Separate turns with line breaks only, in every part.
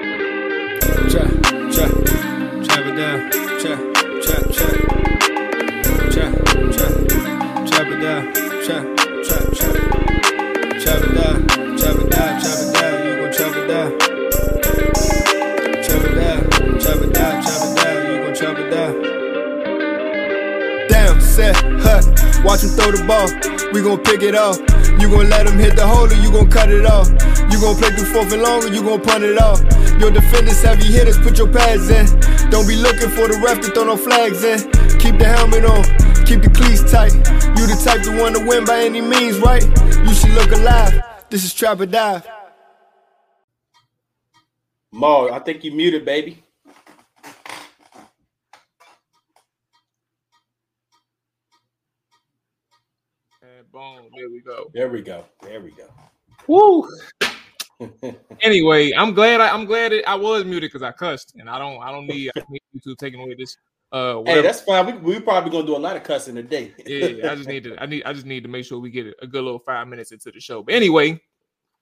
Trap, trap, trap it down. Trap, trap, trap. Trap, trap, trap it down. Trap, trap, trap. Trap it down, trap it down, trap it down. You gon' trap it down. Trap it down, trap it down, trap it down. You gon' trap it down. Damn, set, huh. Watch him throw the ball. We gon' pick it off. You gon' let him hit the hole or you gon' cut it off. You gon' play through fourth and long or you gon' punt it off. Your defenders, heavy hitters, put your pads in. Don't be looking for the ref to throw no flags in. Keep the helmet on, keep the cleats tight. You the type to want to win by any means, right? You should look alive. This is Trap or Dive.
Maul, I think you muted, baby.
And boom, there we go.
There we go. There we go.
Woo. anyway, I'm glad I, I'm glad it, I was muted because I cussed, and I don't I don't need, I don't need YouTube taking away this. Uh,
hey,
whatever.
that's fine. We we probably gonna do a lot of cussing today.
yeah, I just need to I need I just need to make sure we get a good little five minutes into the show. But anyway,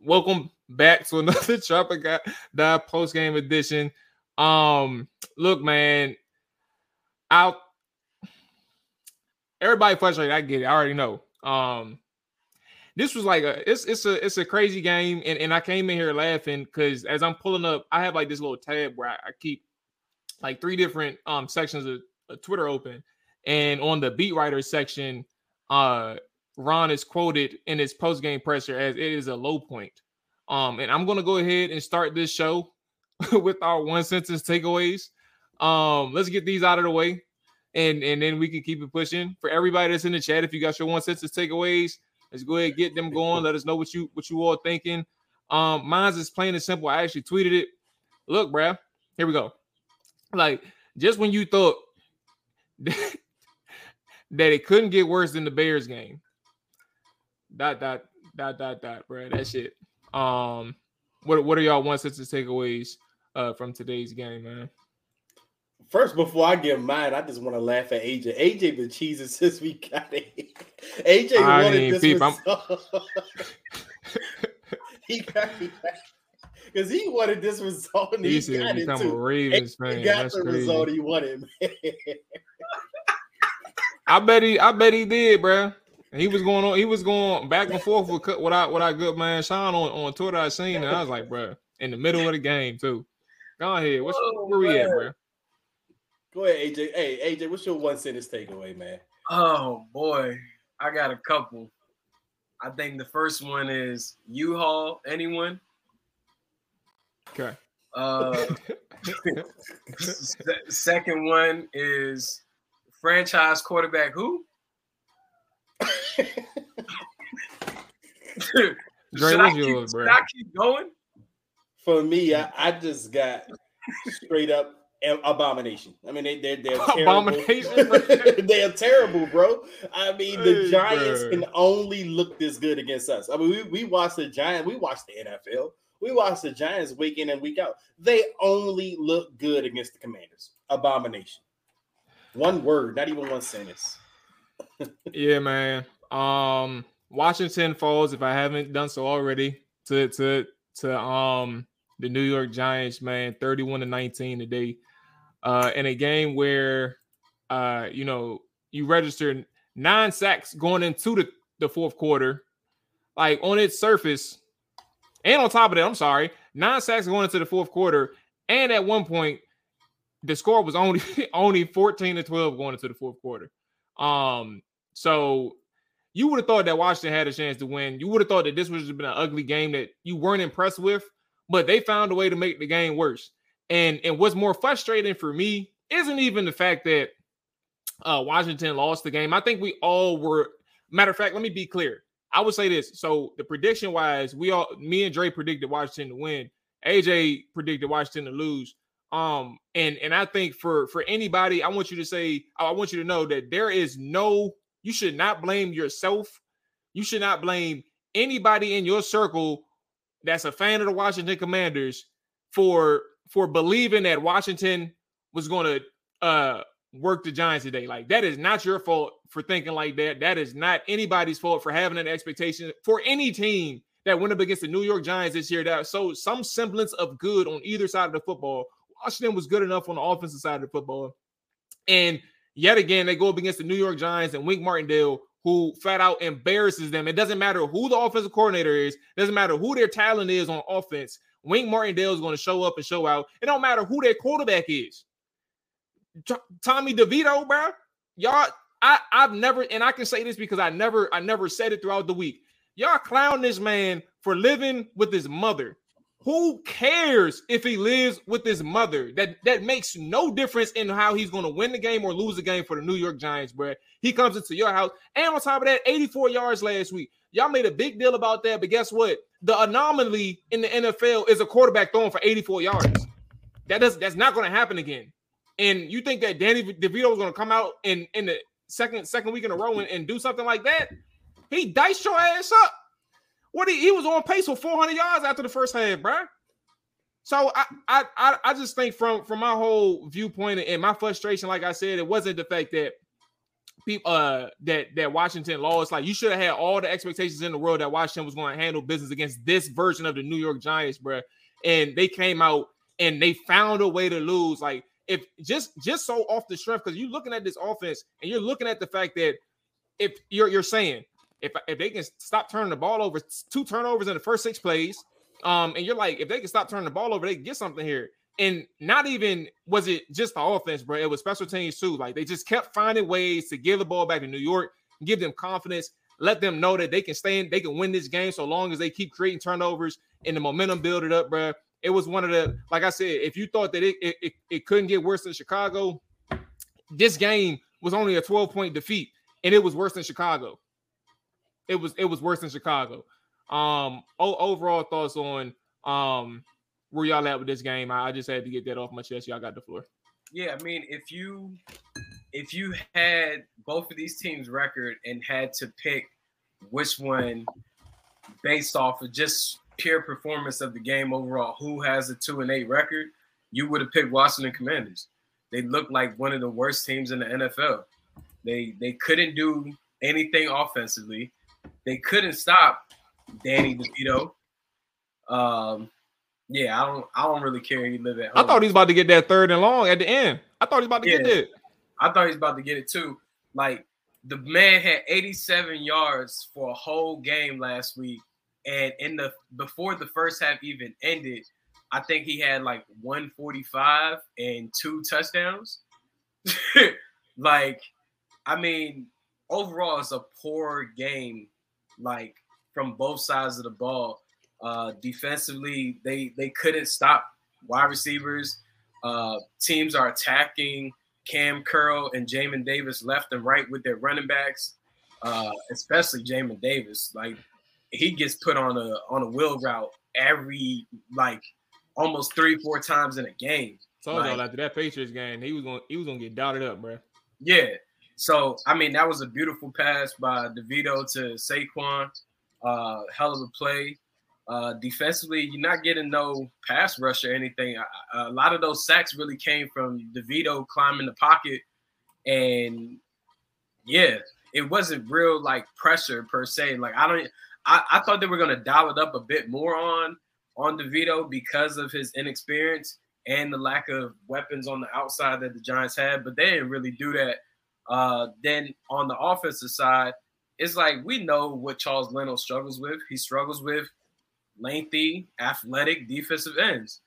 welcome back to another Chopper Guy Dive post game edition. Um, look, man, out. Everybody frustrated. I get it. I already know. Um, this was like a it's it's a it's a crazy game, and and I came in here laughing because as I'm pulling up, I have like this little tab where I, I keep like three different um sections of, of Twitter open, and on the beat writer section, uh, Ron is quoted in his post game presser as it is a low point. Um, and I'm gonna go ahead and start this show with our one sentence takeaways. Um, let's get these out of the way, and and then we can keep it pushing. For everybody that's in the chat, if you got your one sentence takeaways, let's go ahead and get them going. Let us know what you what you all thinking. Um, mine's is plain and simple. I actually tweeted it. Look, bruh, here we go. Like just when you thought that it couldn't get worse than the Bears game. Dot dot dot dot dot, bro. That shit. Um, what what are y'all one sentence takeaways uh from today's game, man?
First, before I get mine, I just want to laugh at AJ. AJ been cheesing since we got it. AJ
I
wanted
mean,
this
peep, I'm-
result. he got me because he wanted this result and he,
He said
got it
become a
too.
Ravens
He
fan.
got
That's
the
crazy.
result he wanted, man.
I bet he I bet he did, bruh. And He was going on, he was going back and forth with cu- with our, with our good man Sean on, on Twitter. I seen and I was like, bruh, in the middle of the game, too. Go ahead. What's,
Whoa,
Oh,
where we at,
man.
bruh?
Go ahead, AJ. Hey, AJ, what's your one sentence takeaway, man?
Oh boy, I got a couple. I think the first one is U-Haul. Anyone?
Okay.
Uh, s- second one is franchise quarterback. Who? Should
Dre,
I
what's
keep-
yours,
should
bruh?
I keep going?
For me,
Mm.
I, I just got straight up ab- abomination. I mean, they, they're, they're terrible.
Abomination?
they are terrible, bro. I mean, the
Hey,
Giants
bruh.
can only look this good against us. I mean, we, we watch the Giants, we watch the NFL, we watch the Giants week in and week out. They only look good against the Commanders. Abomination. One word, not even one sentence.
Yeah, man. Um, Washington falls. If I haven't done so already, to to to um the New York Giants, man, thirty-one to nineteen today, uh, in a game where, uh, you know, you registered nine sacks going into the the fourth quarter, like on its surface, and on top of that, I'm sorry, nine sacks going into the fourth quarter, and at one point, the score was only only fourteen to twelve going into the fourth quarter. Um, so you would have thought that Washington had a chance to win. You would have thought that this would have been an ugly game that you weren't impressed with, but they found a way to make the game worse. And and what's more frustrating for me isn't even the fact that uh Washington lost the game. I think we all were matter of fact, let me be clear. I would say this. So the prediction wise, we all me and Dre predicted Washington to win. AJ predicted Washington to lose. Um, and and I think for for anybody, I want you to say, I want you to know that there is no, you should not blame yourself. You should not blame anybody in your circle that's a fan of the Washington Commanders for for believing that Washington was going to uh work the Giants today. Like that is not your fault for thinking like that. That is not anybody's fault for having an expectation for any team that went up against the New York Giants this year that showed some semblance of good on either side of the football. Washington was good enough on the offensive side of the football. And yet again, they go up against the New York Giants and Wink Martindale, who flat out embarrasses them. It doesn't matter who the offensive coordinator is, it doesn't matter who their talent is on offense. Wink Martindale is going to show up and show out. It don't matter who their quarterback is. T- Tommy DeVito, bro. Y'all, I, I've never, and I can say this because I never, I never said it throughout the week. Y'all clown this man for living with his mother. Who cares if he lives with his mother? That that makes no difference in how he's going to win the game or lose the game for the New York Giants, bro. He comes into your house, and on top of that, 84 yards last week. Y'all made a big deal about that, but guess what? The anomaly in the NFL is a quarterback throwing for 84 yards. That does that's not going to happen again. And you think that Danny DeVito is going to come out in in the second second week in a row and, and do something like that? He diced your ass up. What he, he was on pace for 400 yards after the first half, bro. So I, I I I just think from from my whole viewpoint and my frustration, like I said, it wasn't the fact that people uh that that Washington lost. Like you should have had all the expectations in the world that Washington was going to handle business against this version of the New York Giants, bro. And they came out and they found a way to lose. Like if just just so off the strength, because you're looking at this offense and you're looking at the fact that if you're you're saying if if they can stop turning the ball over, two turnovers in the first six plays, um, and you're like, if they can stop turning the ball over, they can get something here. And not even was it just the offense, bro. It was special teams too. Like they just kept finding ways to give the ball back to New York, give them confidence, let them know that they can stay in, they can win this game so long as they keep creating turnovers and the momentum build it up, bro. It was one of the like I said, if you thought that it it, it couldn't get worse than Chicago, this game was only a 12 point defeat, and it was worse than Chicago it was it was worse than Chicago. Um, o- overall thoughts on um where y'all at with this game? I, I, just had to get that off my chest. Y'all got the floor.
Yeah, I mean, if you if you had both of these teams' record and had to pick which one based off of just pure performance of the game overall, who has a two and eight record, you would have picked Washington Commanders. They looked like one of the worst teams in the NFL. They they couldn't do anything offensively they couldn't stop Danny DeVito. Um, yeah, I don't, I don't really care. He live at home.
I thought he's about to get that third and long at the end. I thought he's about to yeah. get it.
I thought he's about to get it too. Like the man had 87 yards for a whole game last week, and in the before the first half even ended, I think he had like 145 and two touchdowns. like, I mean, overall, it's a poor game like from both sides of the ball. Uh, defensively, they they couldn't stop wide receivers. Uh, teams are attacking Cam Curl and Jamin Davis left and right with their running backs, uh, especially Jamin Davis. Like he gets put on a on a wheel route every like almost three four times in a game.
Told like, y'all after that Patriots game, he was gonna he was gonna get dotted up, bro.
Yeah, so I mean, that was a beautiful pass by DeVito to Saquon. Uh, hell of a play. Uh, defensively, you're not getting no pass rush or anything. A, a lot of those sacks really came from DeVito climbing the pocket, and yeah, it wasn't real like pressure per se. Like I don't, I, I thought they were gonna dial it up a bit more on on DeVito because of his inexperience and the lack of weapons on the outside that the Giants had, but they didn't really do that. Uh, then on the offensive side, it's like we know what Charles Leno struggles with. He struggles with lengthy, athletic defensive ends.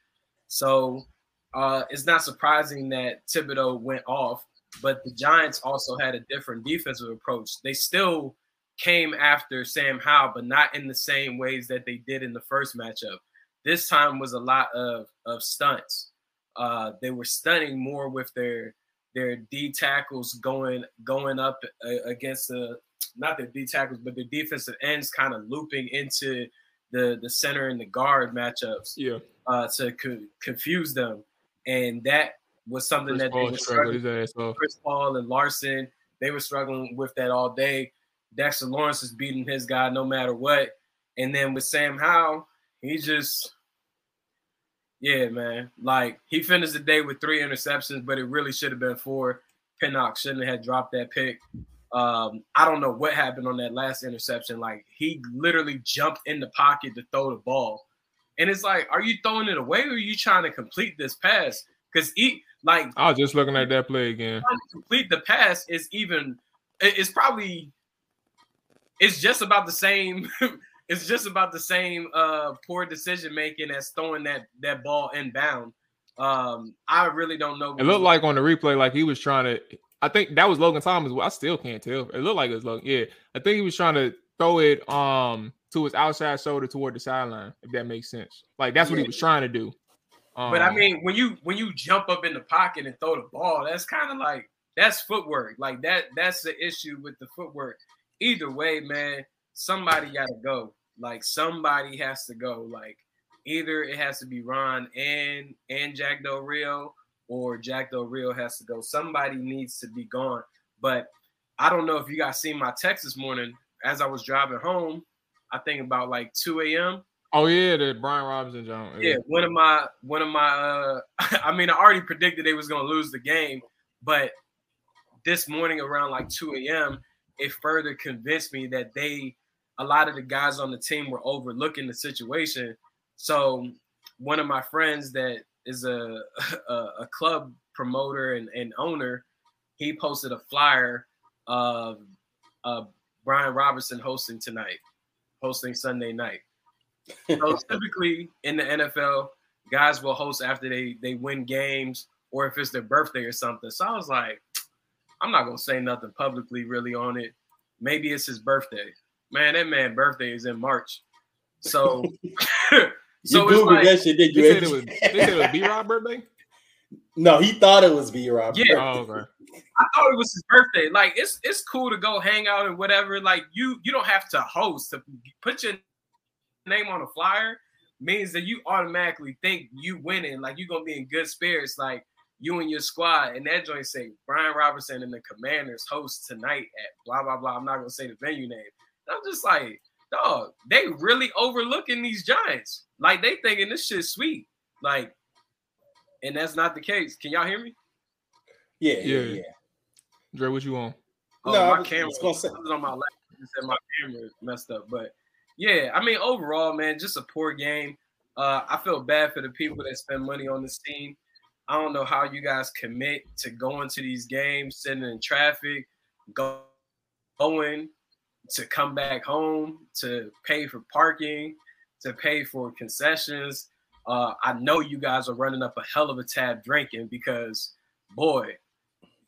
So uh, it's not surprising that Thibodeau went off, but the Giants also had a different defensive approach. They still came after Sam Howe, but not in the same ways that they did in the first matchup. This time was a lot of of stunts. Uh, they were stunning more with their their D tackles going going up uh, against the not their D tackles, but their defensive ends kind of looping into the the center and the guard matchups.
Yeah,
uh, to co- confuse them, and that was something Chris that Paul they were struggling. His Chris Paul and Larson, they were struggling with that all day. Dexter Lawrence is beating his guy no matter what, and then with Sam Howell, he just yeah, man. Like he finished the day with three interceptions, but it really should have been four. Pinnock shouldn't have dropped that pick. Um, I don't know what happened on that last interception. Like he literally jumped in the pocket to throw the ball, and it's like, are you throwing it away or are you trying to complete this pass? Because he like
I was just looking at that play again.
complete the pass is even it- it's probably it's just about the same it's just about the same uh poor decision making as throwing that that ball inbound. Um I really don't know.
It looked like on the replay, like he was trying to. I think that was Logan Thomas. Well, I still can't tell. It looked like it was Logan. Yeah, I think he was trying to throw it um to his outside shoulder toward the sideline. If that makes sense, like that's what he was trying to do. Um,
But I mean, when you when you jump up in the pocket and throw the ball, that's kind of like that's footwork. Like that that's the issue with the footwork. Either way, man, somebody got to go. Like somebody has to go. Like either it has to be Ron and and Jack Del Rio, or Jack Del Rio has to go. Somebody needs to be gone. But I don't know if you guys seen my text this morning as I was driving home. I think about like 2 a.m.
oh yeah, the Brian Robinson John.
Yeah, one of my one of my uh I mean I already predicted they was gonna lose the game, but this morning around like 2 a.m. it further convinced me that they a lot of the guys on the team were overlooking the situation. So one of my friends that is a a, a club promoter and, and owner, he posted a flyer of uh Brian Robinson hosting tonight, hosting Sunday night. So typically in the NFL, guys will host after they they win games or if it's their birthday or something. So I was like, I'm not gonna say nothing publicly really on it. Maybe it's his birthday. Man, that man birthday is in March. So
you
so it's
Googled
like,
that shit, did
they
you?
said it was. They said it was B Rob birthday.
no, he thought it was B Rob.
Yeah.
Oh, okay.
I thought it was his birthday. Like it's it's cool to go hang out and whatever. Like you you don't have to host to put your name on a flyer means that you automatically think you winning. Like you're gonna be in good spirits. Like you and your squad and that joint say Brian Robertson and the Commanders host tonight at blah blah blah. I'm not gonna say the venue name. And I'm just like, dog, they really overlooking these Giants. Like they thinking this shit's sweet. Like, and that's not the case. Can y'all hear me?
yeah, yeah,
Yeah.
yeah.
Dre, what you on?
Oh,
No, I
my
was-
camera
was gonna
was,
say-
on my lap. It said my camera messed up, but yeah, I mean, overall, man, just a poor game. Uh, I feel bad for the people that spend money on this team. I don't know how you guys commit to going to these games, sitting in traffic, go, going to come back home, to pay for parking, to pay for concessions. Uh, I know you guys are running up a hell of a tab drinking because, boy,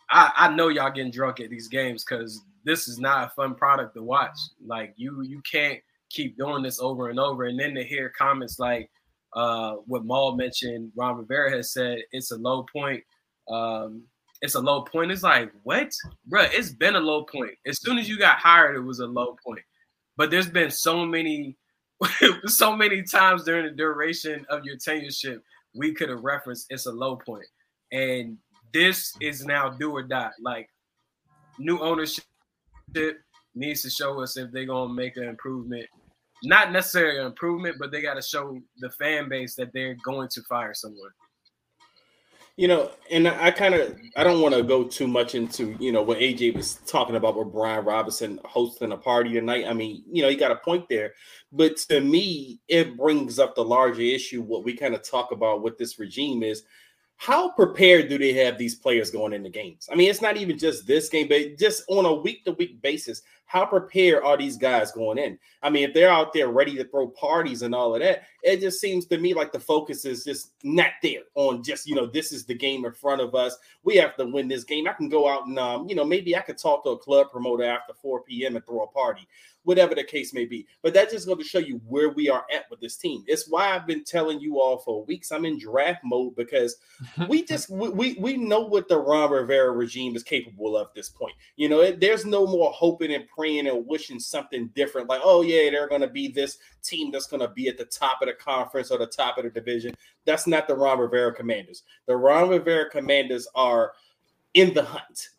I, I know y'all getting drunk at these games because this is not a fun product to watch. Like you you can't keep doing this over and over. And then to hear comments like uh, what Maul mentioned, Ron Rivera has said it's a low point. Um, it's a low point. It's like what, Bruh, It's been a low point. As soon as you got hired, it was a low point. But there's been so many, so many times during the duration of your tenureship, we could have referenced it's a low point. And this is now do or die. Like new ownership needs to show us if they're gonna make an improvement. Not necessarily an improvement, but they gotta show the fan base that they're going to fire someone.
you know, and I kind of I don't want to go too much into you know what AJ was talking about with Brian Robinson hosting a party tonight. I mean, you know, he got a point there, but to me, it brings up the larger issue what we kind of talk about with this regime is how prepared do they have these players going into games? I mean, it's not even just this game, but just on a week to week basis, how prepared are these guys going in? I mean, if they're out there ready to throw parties and all of that, it just seems to me like the focus is just not there on just, you know, this is the game in front of us. We have to win this game. I can go out and, um, you know, maybe I could talk to a club promoter after 4 p.m. and throw a party, whatever the case may be. But that's just going to show you where we are at with this team. It's why I've been telling you all for weeks I'm in draft mode because we just we, we we know what the Ron Rivera regime is capable of at this point. You know, it, there's no more hoping and praying and wishing something different. Like, oh yeah, they're going to be this team that's going to be at the top of the conference or the top of the division. That's not the Ron Rivera Commanders. The Ron Rivera Commanders are in the hunt.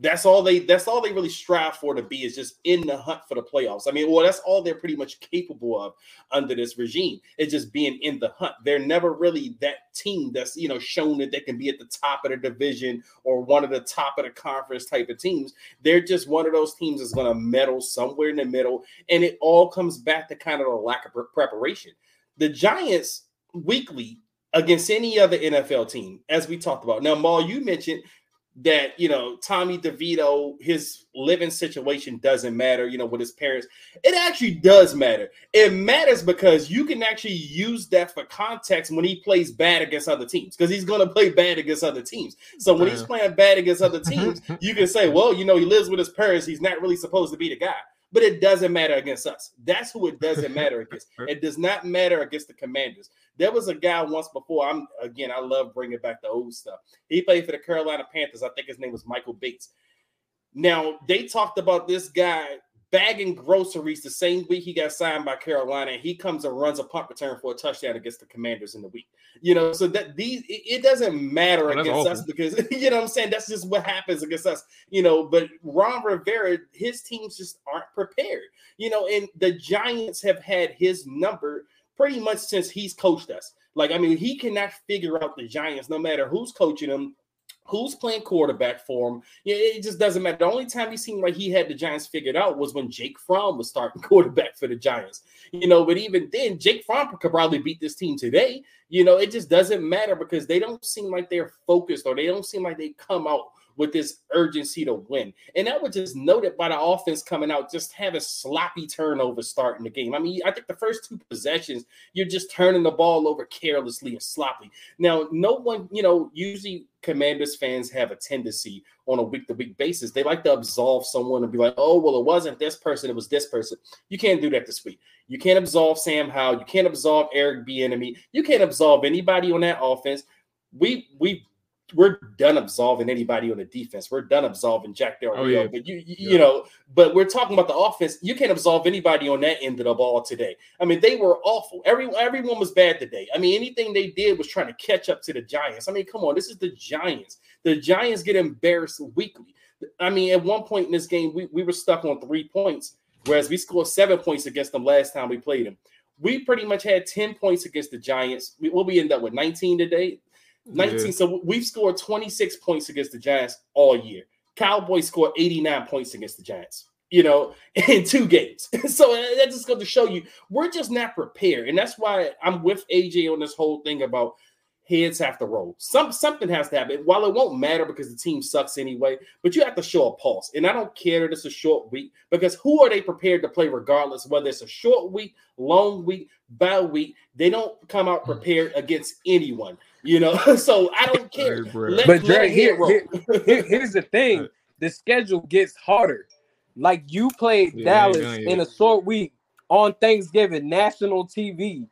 That's all they that's all they really strive for to be is just in the hunt for the playoffs. I mean, well, that's all they're pretty much capable of under this regime. It's just being in the hunt. They're never really that team that's you know shown that they can be at the top of the division or one of the top of the conference type of teams. They're just one of those teams that's gonna meddle somewhere in the middle, and it all comes back to kind of the lack of pre- preparation. The Giants weekly against any other NFL team, as we talked about. Now, Maul, you mentioned that you know Tommy DeVito, his living situation doesn't matter. You know, with his parents, it actually does matter. It matters because you can actually use that for context when he plays bad against other teams, because he's going to play bad against other teams. So when he's playing bad against other teams, you can say, well, you know, he lives with his parents. He's not really supposed to be the guy. But it doesn't matter against us. That's who it doesn't matter against. It does not matter against the Commanders. There was a guy once before. I'm again. I love bringing back the old stuff. He played for the Carolina Panthers. I think his name was Michael Bates. Now they talked about this guy bagging groceries the same week he got signed by Carolina. And he comes and runs a punt return for a touchdown against the Commanders in the week. You know, so that these it, it doesn't matter
Well, Oh,
against us
that's awful.
because you know what I'm saying. That's just what happens against us. You know, but Ron Rivera, his teams just aren't prepared. You know, and the Giants have had his number pretty much since he's coached us. Like, I mean, he cannot figure out the Giants, no matter who's coaching them, who's playing quarterback for him. Yeah, it just doesn't matter. The only time he seemed like he had the Giants figured out was when Jake Fromm was starting quarterback for the Giants. You know, but even then, Jake Fromm could probably beat this team today. You know, it just doesn't matter because they don't seem like they're focused or they don't seem like they come out with this urgency to win. And that was just noted by the offense coming out, just having sloppy turnovers starting the game. I mean, I think the first two possessions, you're just turning the ball over carelessly and sloppy. Now, no one, you know, usually Commanders fans have a tendency on a week to week basis. They like to absolve someone and be like, oh, well, it wasn't this person, it was this person. You can't do that this week. You can't absolve Sam Howell. You can't absolve Eric B. Enemy. You can't absolve anybody on that offense. We, we, we're done absolving anybody on the defense. We're done absolving Jack Del Rio.
Oh, yeah.
But you, you
Yeah.
you know, but we're talking about the offense. You can't absolve anybody on that end of the ball today. I mean, they were awful. Every everyone was bad today. I mean, anything they did was trying to catch up to the Giants. I mean, come on, this is the Giants. The Giants get embarrassed weekly. I mean, at one point in this game, we, we were stuck on three points, whereas we scored seven points against them last time we played them. We pretty much had 10 points against the Giants. We, what we end up with 19 today. 19. So we've scored 26 points against the Giants all year. Cowboys scored 89 points against the Giants, you know, in two games. So uh, that just goes to show you we're just not prepared. And that's why I'm with AJ on this whole thing about heads have to roll. Some something has to happen. While it won't matter because the team sucks anyway, but you have to show a pulse. And I don't care that it's a short week because who are they prepared to play regardless, whether it's a short week, long week, bye week, they don't come out prepared against anyone. You know, so I don't care.
Hey, bro.
Let-
But
let
Dre,
a
here,
head roll.
here, here- here's the thing:
Right.
the schedule gets harder. Like you played
Yeah, it ain't
Dallas
done yet.
in a short week on Thanksgiving, national TV,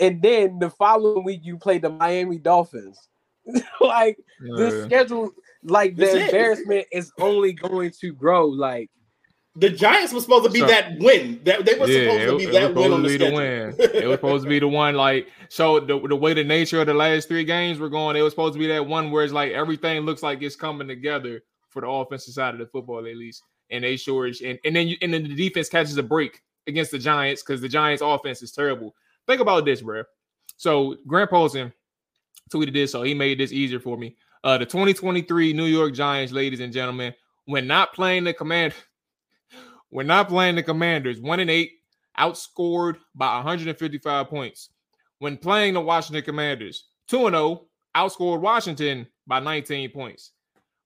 and then the following week you played the Miami Dolphins. like the
Yeah.
schedule, like the
That's it.
embarrassment is only going to grow. Like
The Giants were supposed to be
So-
that win. That they were
Yeah,
supposed to
it,
be
it
that
was
win on
supposed
the
to be the
schedule.
win. It was supposed to be the one. Like so, the, the way the nature of the last three games were going, it was supposed to be that one where it's like everything looks like it's coming together for the offensive side of the football at least, and they sure is. And, and then you, and then the defense catches a break against the Giants because the Giants' offense is terrible. Think about this, bro. So Grant Paulson tweeted this, so he made this easier for me. Uh, the 2023 New York Giants, ladies and gentlemen, when not playing the command, when not playing the Commanders, one and eight, outscored by 155 points. When playing the Washington Commanders, two and zero, outscored Washington by 19 points.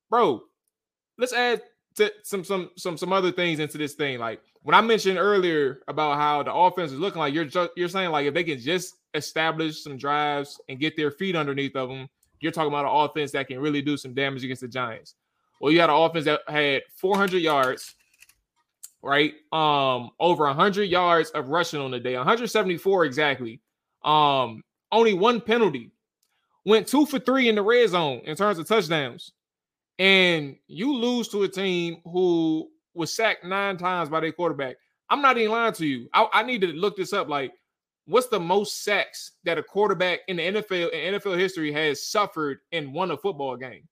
Bro, let's add to some some some some other things into this thing. Like when I mentioned earlier about how the offense is looking like, you're just, you're saying like if they can just establish some drives and get their feet underneath of them, you're talking about an offense that can really do some damage against the Giants. Well, you had an offense that had 400 yards, right? Um, over 100 yards of rushing on the day, 174 exactly. Um, only one penalty. Went two for three in the red zone in terms of touchdowns, and you lose to a team who was sacked nine times by their quarterback. I'm not even lying to you. I, I need to look this up. Like, what's the most sacks that a quarterback in the NFL in NFL history has suffered and won a football game?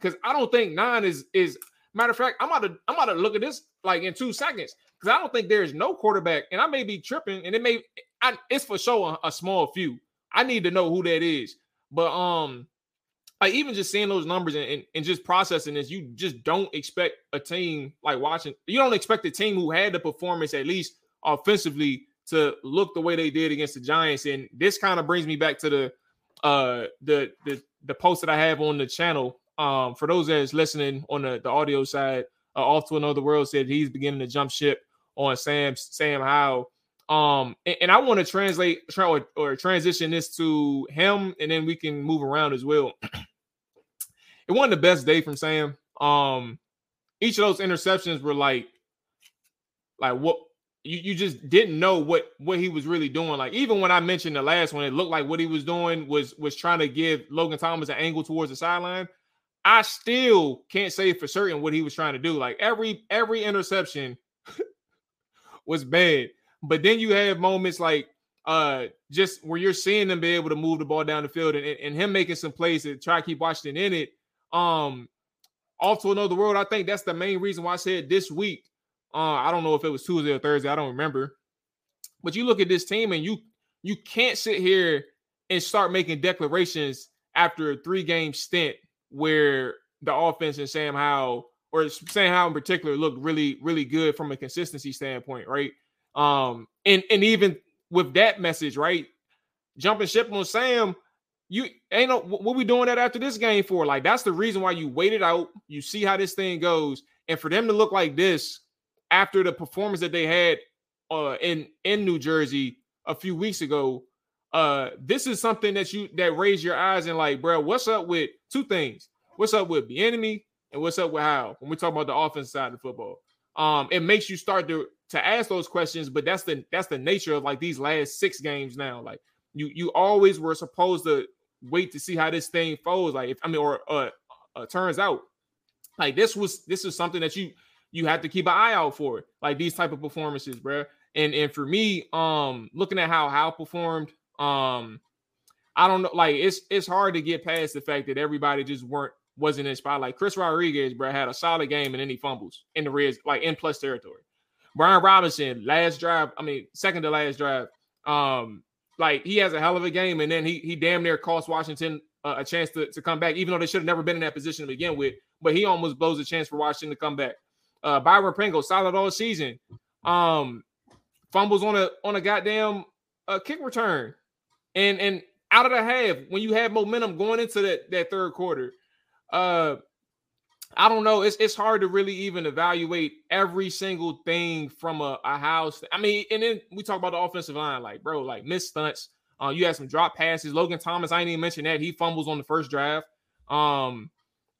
Because I don't think nine is is Matter of fact, I'm about to I'm about to look at this like in two seconds because I don't think there is no quarterback, and I may be tripping, and it may I, it's for sure a, a small few. I need to know who that is. But um, like even just seeing those numbers and, and, and, just processing this, you just don't expect a team like watching. You don't expect a team who had the performance at least offensively to look the way they did against the Giants. And this kind of brings me back to the uh the the the post that I have on the channel. Um, for those that's listening on the, the audio side, uh, off to another world said he's beginning to jump ship on Sam Sam Howe. Um, and, and I want to translate tra- or, or transition this to him, and then we can move around as well. it wasn't the best day from Sam. Um, each of those interceptions were like, like what you, you just didn't know what what he was really doing. Like even when I mentioned the last one, it looked like what he was doing was was trying to give Logan Thomas an angle towards the sideline. I still can't say for certain what he was trying to do. Like every every interception was bad. But then you have moments like uh just where you're seeing them be able to move the ball down the field and, and him making some plays to try to keep Washington in it. Um off to another world. I think that's the main reason why I said this week. Uh, I don't know if it was Tuesday or Thursday, I don't remember. But you look at this team and you you can't sit here and start making declarations after a three-game stint where the offense and Sam Howell or Sam Howell in particular looked really, really good from a consistency standpoint, right? Um, and and even with that message, right? Jumping ship on Sam, you ain't no what we doing that after this game for? Like that's the reason why you waited out. You see how this thing goes, and for them to look like this after the performance that they had uh, in in New Jersey a few weeks ago, uh, this is something that you that raise your eyes and like, bro, what's up with two things? What's up with the enemy and what's up with how when we talk about the offense side of football? Um, it makes you start to to ask those questions but that's the that's the nature of like these last six games now like you you always were supposed to wait to see how this thing folds like if i mean or uh, uh turns out like this was this is something that you you have to keep an eye out for like these type of performances bro and and for me um looking at how how performed um i don't know like it's it's hard to get past the fact that everybody just weren't wasn't inspired like chris rodriguez bro had a solid game and then he fumbles in the red like in plus territory Brian Robinson, last drive, I mean, second to last drive. Um, like he has a hell of a game, and then he he damn near cost Washington uh, a chance to, to come back, even though they should have never been in that position to begin with. But he almost blows a chance for Washington to come back. Uh, Byron Pringle, solid all season. Um, fumbles on a on a goddamn uh, kick return, and and out of the half when you have momentum going into that that third quarter. Uh, I don't know. It's it's hard to really even evaluate every single thing from a, a house. I mean, and then we talk about the offensive line, like bro, like missed stunts. Uh, you had some drop passes. Logan Thomas, I didn't even mention that he fumbles on the first drive. Um,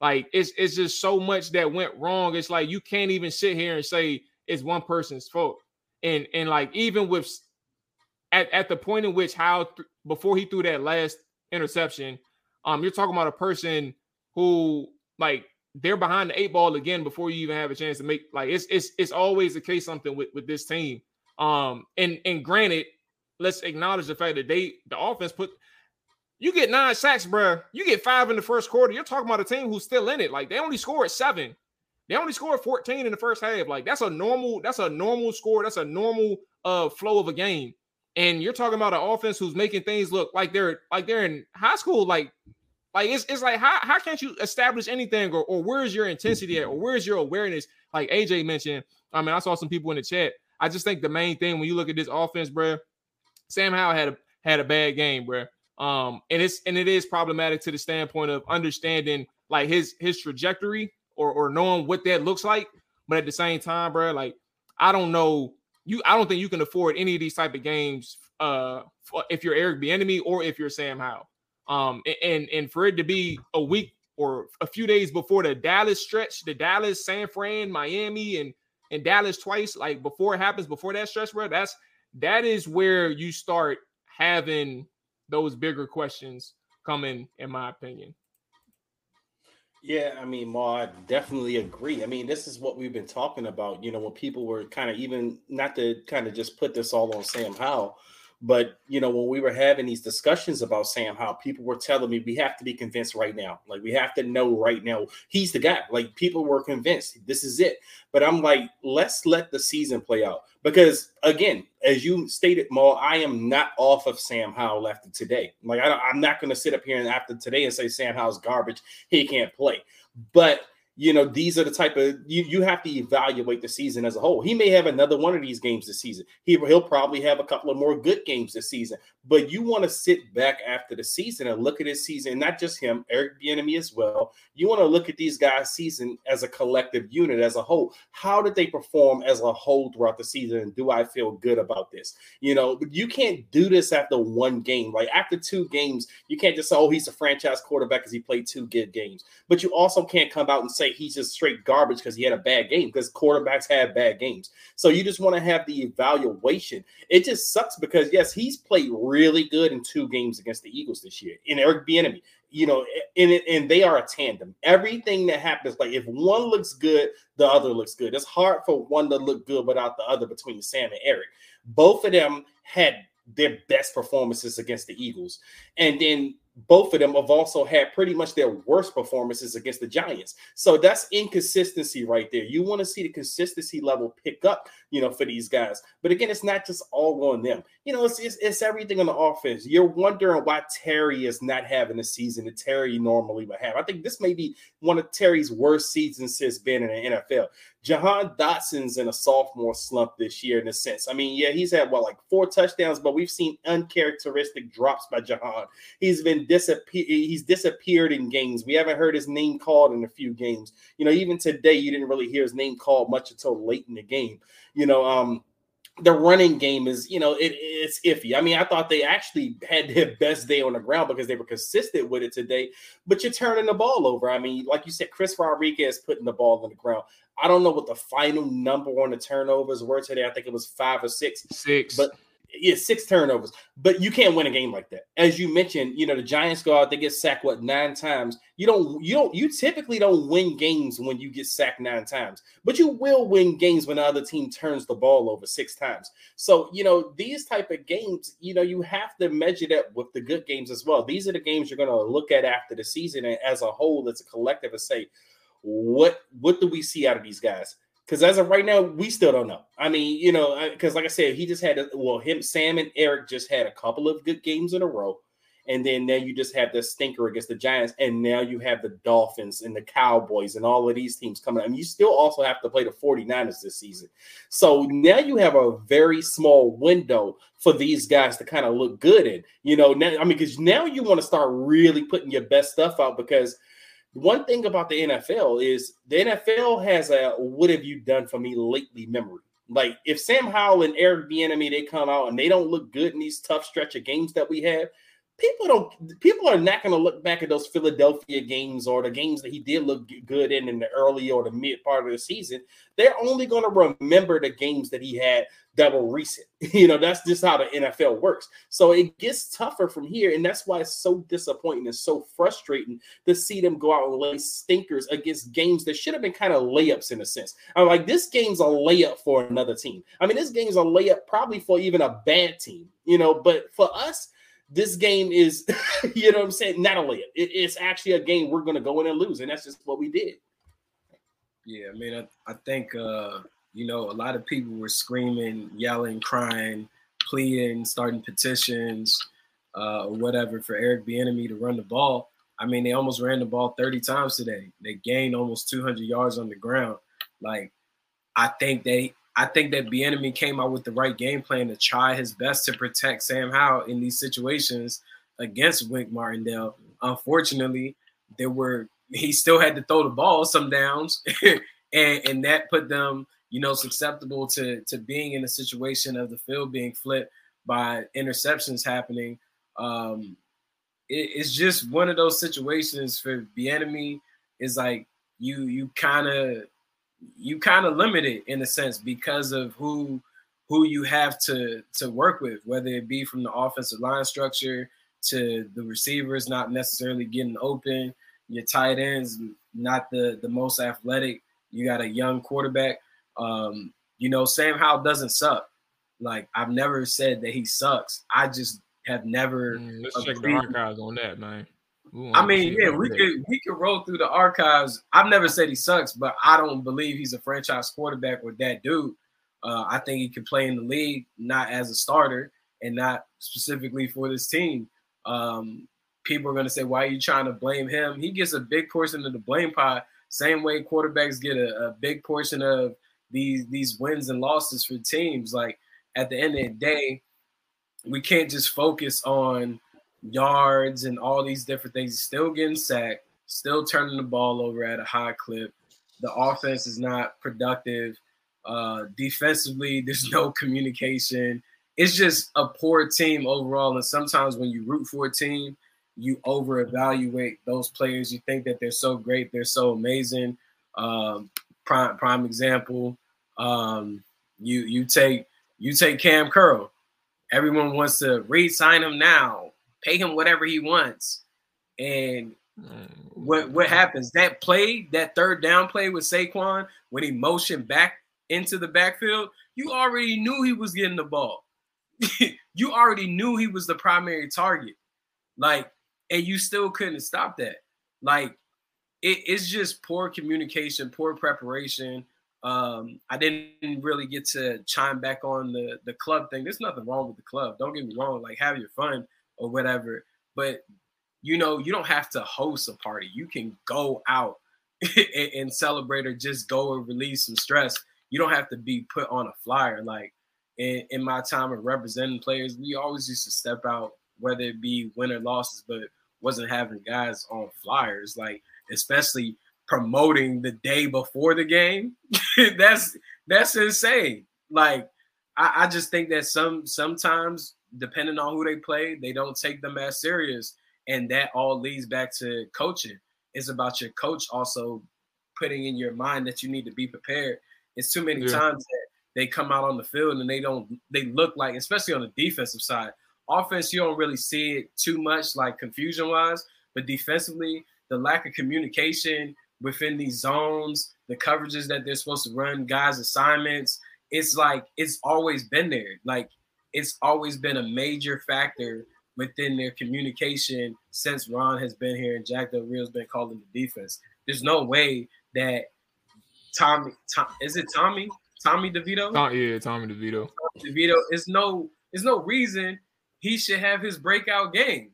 like it's it's just so much that went wrong. It's like you can't even sit here and say it's one person's fault. And and like even with at at the point in which how th- before he threw that last interception, um, you're talking about a person who like they're behind the eight ball again before you even have a chance to make like it's it's it's always the case something with with this team. Um and and granted, let's acknowledge the fact that they the offense put you get nine sacks, bruh. You get five in the first quarter. You're talking about a team who's still in it. Like they only scored seven. They only scored 14 in the first half. Like that's a normal, that's a normal score. That's a normal uh flow of a game. And you're talking about an offense who's making things look like they're like they're in high school, like like it's, it's like how, how can't you establish anything or, or where's your intensity at or where's your awareness? Like AJ mentioned, I mean, I saw some people in the chat. I just think the main thing when you look at this offense, bro, Sam Howell had a had a bad game, bro. Um, and it's and it is problematic to the standpoint of understanding like his his trajectory or or knowing what that looks like. But at the same time, bro, like I don't know you. I don't think you can afford any of these type of games uh if you're Eric Bieniemy or if you're Sam Howell. Um, and and for it to be a week or a few days before the Dallas stretch, the Dallas, San Fran, Miami, and and Dallas twice, like before it happens, before that stretch, bro, that's that is where you start having those bigger questions coming, in my opinion.
Yeah, I mean, Ma, I definitely agree. I mean, this is what we've been talking about, you know, when people were kind of even not to kind of just put this all on Sam Howell, But you know, when we were having these discussions about Sam, how people were telling me we have to be convinced right now, like we have to know right now he's the guy. Like people were convinced this is it. But I'm like, let's let the season play out because again, as you stated, Maul, I am not off of Sam Howell after today. Like I am not going to sit up here and after today and say Sam Howell's garbage. He can't play. But you know, these are the type of you, you have to evaluate the season as a whole. He may have another one of these games this season. He he'll probably have a couple of more good games this season. But you want to sit back after the season and look at his season, not just him, Eric Bieniemy as well. You want to look at these guys' season as a collective unit, as a whole. How did they perform as a whole throughout the season? And do I feel good about this? You know, you can't do this after one game. Like after two games, you can't just say, "Oh, he's a franchise quarterback because he played two good games." But you also can't come out and say he's just straight garbage because he had a bad game because quarterbacks have bad games. So you just want to have the evaluation. It just sucks because yes, he's played really good in two games against the Eagles this year. And Eric Bieniemy, you know, and and they are a tandem. Everything that happens, like if one looks good, the other looks good. It's hard for one to look good without the other. Between Sam and Eric, both of them had their best performances against the Eagles, and then both of them have also had pretty much their worst performances against the Giants. So that's inconsistency right there. You want to see the consistency level pick up, you know, for these guys. But again, it's not just all on them. You know, it's it's, it's everything on the offense. You're wondering why Terry is not having a season that Terry normally would have. I think this may be one of Terry's worst seasons since being in the NFL. Jahan Dotson's in a sophomore slump this year in a sense. I mean, yeah, he's had what like four touchdowns, but we've seen uncharacteristic drops by Jahan. He's been disappear he's disappeared in games. We haven't heard his name called in a few games. You know, even today you didn't really hear his name called much until late in the game. You know, um the running game is, you know, it, it's iffy. I mean, I thought they actually had their best day on the ground because they were consistent with it today, but you're turning the ball over. I mean, like you said, Chris Rodriguez putting the ball on the ground. I don't know what the final number on the turnovers were today. I think it was five or six.
Six.
But yeah, six turnovers. But you can't win a game like that. As you mentioned, you know, the Giants go out, they get sacked what nine times. You don't you don't you typically don't win games when you get sacked nine times, but you will win games when the other team turns the ball over six times. So, you know, these type of games, you know, you have to measure that with the good games as well. These are the games you're gonna look at after the season and as a whole, as a collective, and say, what what do we see out of these guys? Because as of right now, we still don't know. I mean, you know, because like I said, he just had a, well, him, Sam, and Eric just had a couple of good games in a row, and then now you just have the stinker against the Giants, and now you have the Dolphins and the Cowboys and all of these teams coming. I mean, you still also have to play the 49ers this season, so now you have a very small window for these guys to kind of look good in. You know, now I mean, because now you want to start really putting your best stuff out because one thing about the NFL is the NFL has a what have you done for me lately memory. Like if Sam Howell and Eric Bieniemy they come out and they don't look good in these tough stretch of games that we have, people don't people are not going to look back at those Philadelphia games or the games that he did look good in in the early or the mid part of the season. They're only going to remember the games that he had that were recent. You know, that's just how the NFL works. So it gets tougher from here and that's why it's so disappointing and so frustrating to see them go out and lay stinkers against games that should have been kind of layups in a sense. I'm like this game's a layup for another team. I mean, this game's a layup probably for even a bad team, you know, but for us this game is, you know what I'm saying, not a layup. It, it's actually a game we're going to go in and lose, and that's just what we did.
Yeah, I mean, I, I think, uh, you know, a lot of people were screaming, yelling, crying, pleading, starting petitions, uh, or whatever for Eric Bieniemy to run the ball. I mean, they almost ran the ball 30 times today. They gained almost 200 yards on the ground. Like, I think they I think that Bienemy came out with the right game plan to try his best to protect Sam Howell in these situations against Wink Martindale. Unfortunately, there were he still had to throw the ball some downs, and and that put them you know susceptible to to being in a situation of the field being flipped by interceptions happening. Um, it, it's just one of those situations for Bienemy is like you you kind of you kind of limited in a sense because of who who you have to to work with, whether it be from the offensive line structure to the receivers not necessarily getting open, your tight ends not the the most athletic. You got a young quarterback. Um, you know, Sam Howell doesn't suck. Like I've never said that he sucks. I just have never.
Mm, let's check the
agreed.
archives on that, man. We wanna
I mean,
see
yeah,
about
we
that.
could we could roll through the archives. I've never said he sucks, but I don't believe he's a franchise quarterback with that dude. Uh, I think he could play in the league, not as a starter and not specifically for this team. Um, people are going to say, "Why are you trying to blame him?" He gets a big portion of the blame pie, same way quarterbacks get a, a big portion of these these wins and losses for teams. Like at the end of the day, we can't just focus on yards and all these different things. He's still getting sacked, still turning the ball over at a high clip. The offense is not productive. Uh, defensively, there's no communication. It's just a poor team overall. And sometimes when you root for a team, you over evaluate those players. You think that they're so great, they're so amazing. Um, prime prime example. Um, you you take you take Cam Curl. Everyone wants to re-sign him now pay him whatever he wants. And
Mm,
what what happens? That play, that third down play with Saquon, when he motioned back into the backfield, you already knew he was getting the ball. you already knew he was the primary target. Like, and you still couldn't stop that. Like, it, it's just poor communication, poor preparation. Um, I didn't really get to chime back on the the club thing. There's nothing wrong with the club. Don't get me wrong. Like, have your fun or whatever. But you know, you don't have to host a party. You can go out and, and celebrate or just go and release some stress. You don't have to be put on a flyer. Like in, in my time of representing players, we always used to step out, whether it be win or losses, but wasn't having guys on flyers, like especially promoting the day before the game. that's that's insane. Like I, I just think that some sometimes, depending on who they play, they don't take them as serious and that all leads back to coaching. It's about your coach also putting in your mind that you need to be prepared. It's too many
Yeah.
times that they come out on the field and they don't they look like, especially on the defensive side. Offense, you don't really see it too much, like confusion wise, but defensively, the lack of communication within these zones, the coverages that they're supposed to run, guys' assignments, it's like it's always been there. Like it's always been a major factor within their communication since Ron has been here and Jack Del Rio's been calling the defense. There's no way that Tommy, Tom, is it Tommy? Tommy DeVito?
Tom- yeah, Tommy DeVito.
DeVito. It's no, it's no reason he should have his breakout game.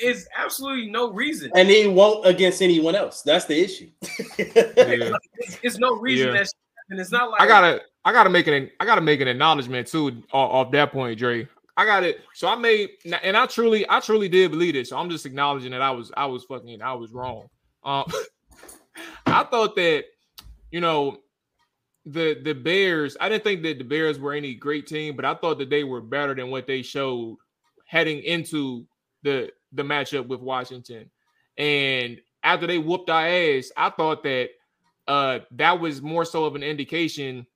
It's absolutely no reason.
And he won't against anyone else. That's the issue.
Yeah.
It's, it's no reason
Yeah.
that, sh- and it's not like
I gotta I gotta make an I gotta make an acknowledgement too o- off that point, Dre. I got it. So I made and I truly I truly did believe this. So I'm just acknowledging that I was I was fucking I was wrong. Um I thought that you know the the Bears, I didn't think that the Bears were any great team, but I thought that they were better than what they showed heading into the the matchup with Washington. And after they whooped our ass, I thought that uh that was more so of an indication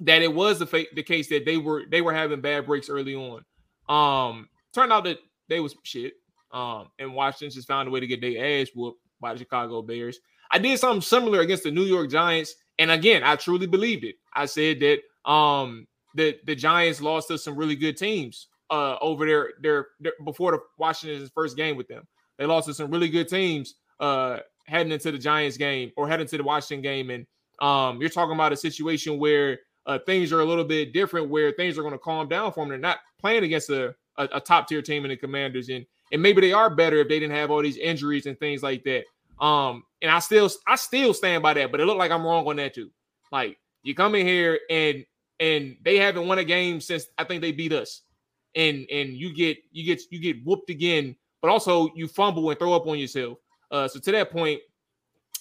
that it was the fa- the case that they were they were having bad breaks early on. Um turned out that they was shit. Um and Washington just found a way to get their ass whooped by the Chicago Bears. I did something similar against the New York Giants and again, I truly believed it. I said that um the the Giants lost to some really good teams uh over their their, their before the Washington's first game with them. They lost to some really good teams uh heading into the Giants game or heading to the Washington game. And um, you're talking about a situation where uh, things are a little bit different, where things are going to calm down for them. They're not playing against a, a, a top tier team in the Commanders, and and maybe they are better if they didn't have all these injuries and things like that. Um, and I still I still stand by that, but it looked like I'm wrong on that too. Like you come in here and and they haven't won a game since I think they beat us, and and you get you get you get whooped again, but also you fumble and throw up on yourself. Uh, so to that point,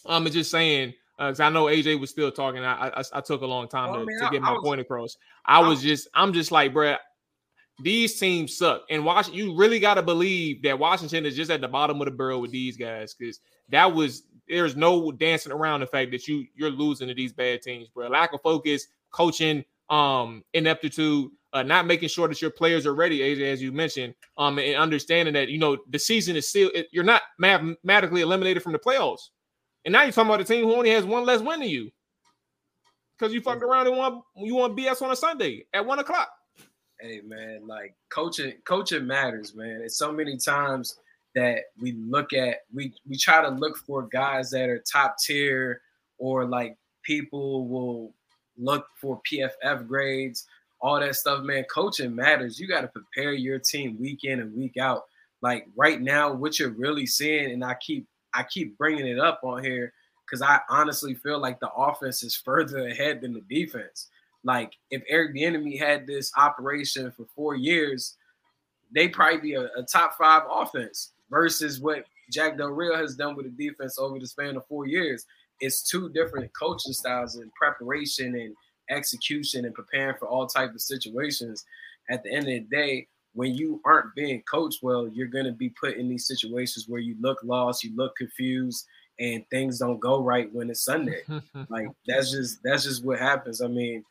I'm just saying because I know AJ was still talking. I I, I took a long time
Well,
to,
I mean,
to
I-
get
Oh, I
my
was-
point across. I
I-
was just I'm just like, bruh, these teams suck, and watch you really got to believe that Washington is just at the bottom of the barrel with these guys because that was there's no dancing around the fact that you you're losing to these bad teams, bro. Lack of focus, coaching, um, ineptitude, uh, not making sure that your players are ready, AJ, as you mentioned, um, and understanding that you know the season is still it- you're not mathematically eliminated from the playoffs, and now you're talking about a team who only has one less win than you because you fucked around and won you won BS on a Sunday at one o'clock.
Hey man, like coaching, coaching matters, man. It's so many times that we look at we we try to look for guys that are top tier or like people will look for PFF grades, all that stuff, man. Coaching matters. You got to prepare your team week in and week out. Like right now, what you're really seeing, and I keep I keep bringing it up on here because I honestly feel like the offense is further ahead than the defense. Like if Eric Bieniemy had this operation for four years, they probably be a, a, top five offense versus what Jack Del Rio has done with the defense over the span of four years. It's two different coaching styles and preparation and execution and preparing for all type of situations. At the end of the day, when you aren't being coached well, you're going to be put in these situations where you look lost, you look confused, and things don't go right when it's Sunday. like that's just that's just what happens. I mean,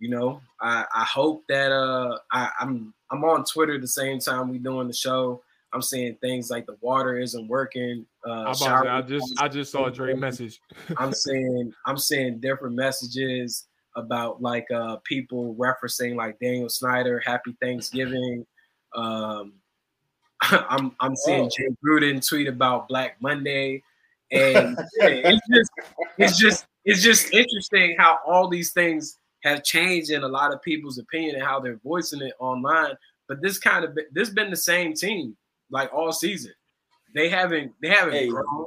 you know, I, I hope that uh I, I'm I'm on Twitter the same time we doing the show. I'm seeing things like the water isn't working. Uh,
shower- I just I just saw a Dre message.
I'm seeing I'm seeing different messages about like uh people referencing like Daniel Snyder, Happy Thanksgiving. Um I'm I'm seeing oh. Jay Gruden tweet about Black Monday. And yeah, it's just it's just it's just interesting how all these things have changed in a lot of people's opinion and how they're voicing it online. But this kind of this been the same team like all season. They haven't they haven't hey. grown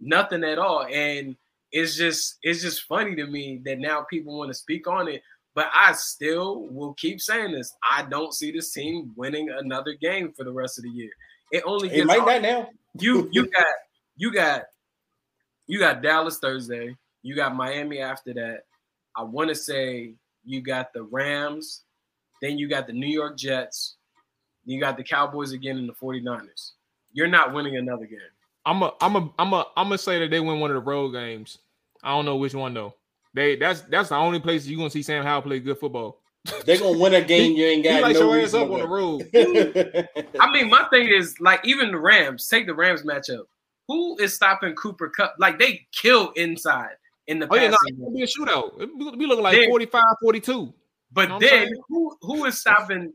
nothing at all. And it's just it's just funny to me that now people want to speak on it. But I still will keep saying this. I don't see this team winning another game for the rest of the year. It only
gets it might not now.
you you got you got you got Dallas Thursday. You got Miami after that. I want to say you got the Rams, then you got the New York Jets, you got the Cowboys again and the 49ers. You're not winning another game.
I'm a I'm a I'm a I'm gonna say that they win one of the road games. I don't know which one though. They that's that's the only place you're gonna see Sam Howell play good football.
They're gonna win a game you ain't got. He
lights no your ass up on the road.
I mean, my thing is like even the Rams, take the Rams matchup. Who is stopping Cooper Cup? Like they kill inside in the
oh, yeah, no, it's gonna be a shootout. It'll be looking like then, 45, 42.
But you know then who who is stopping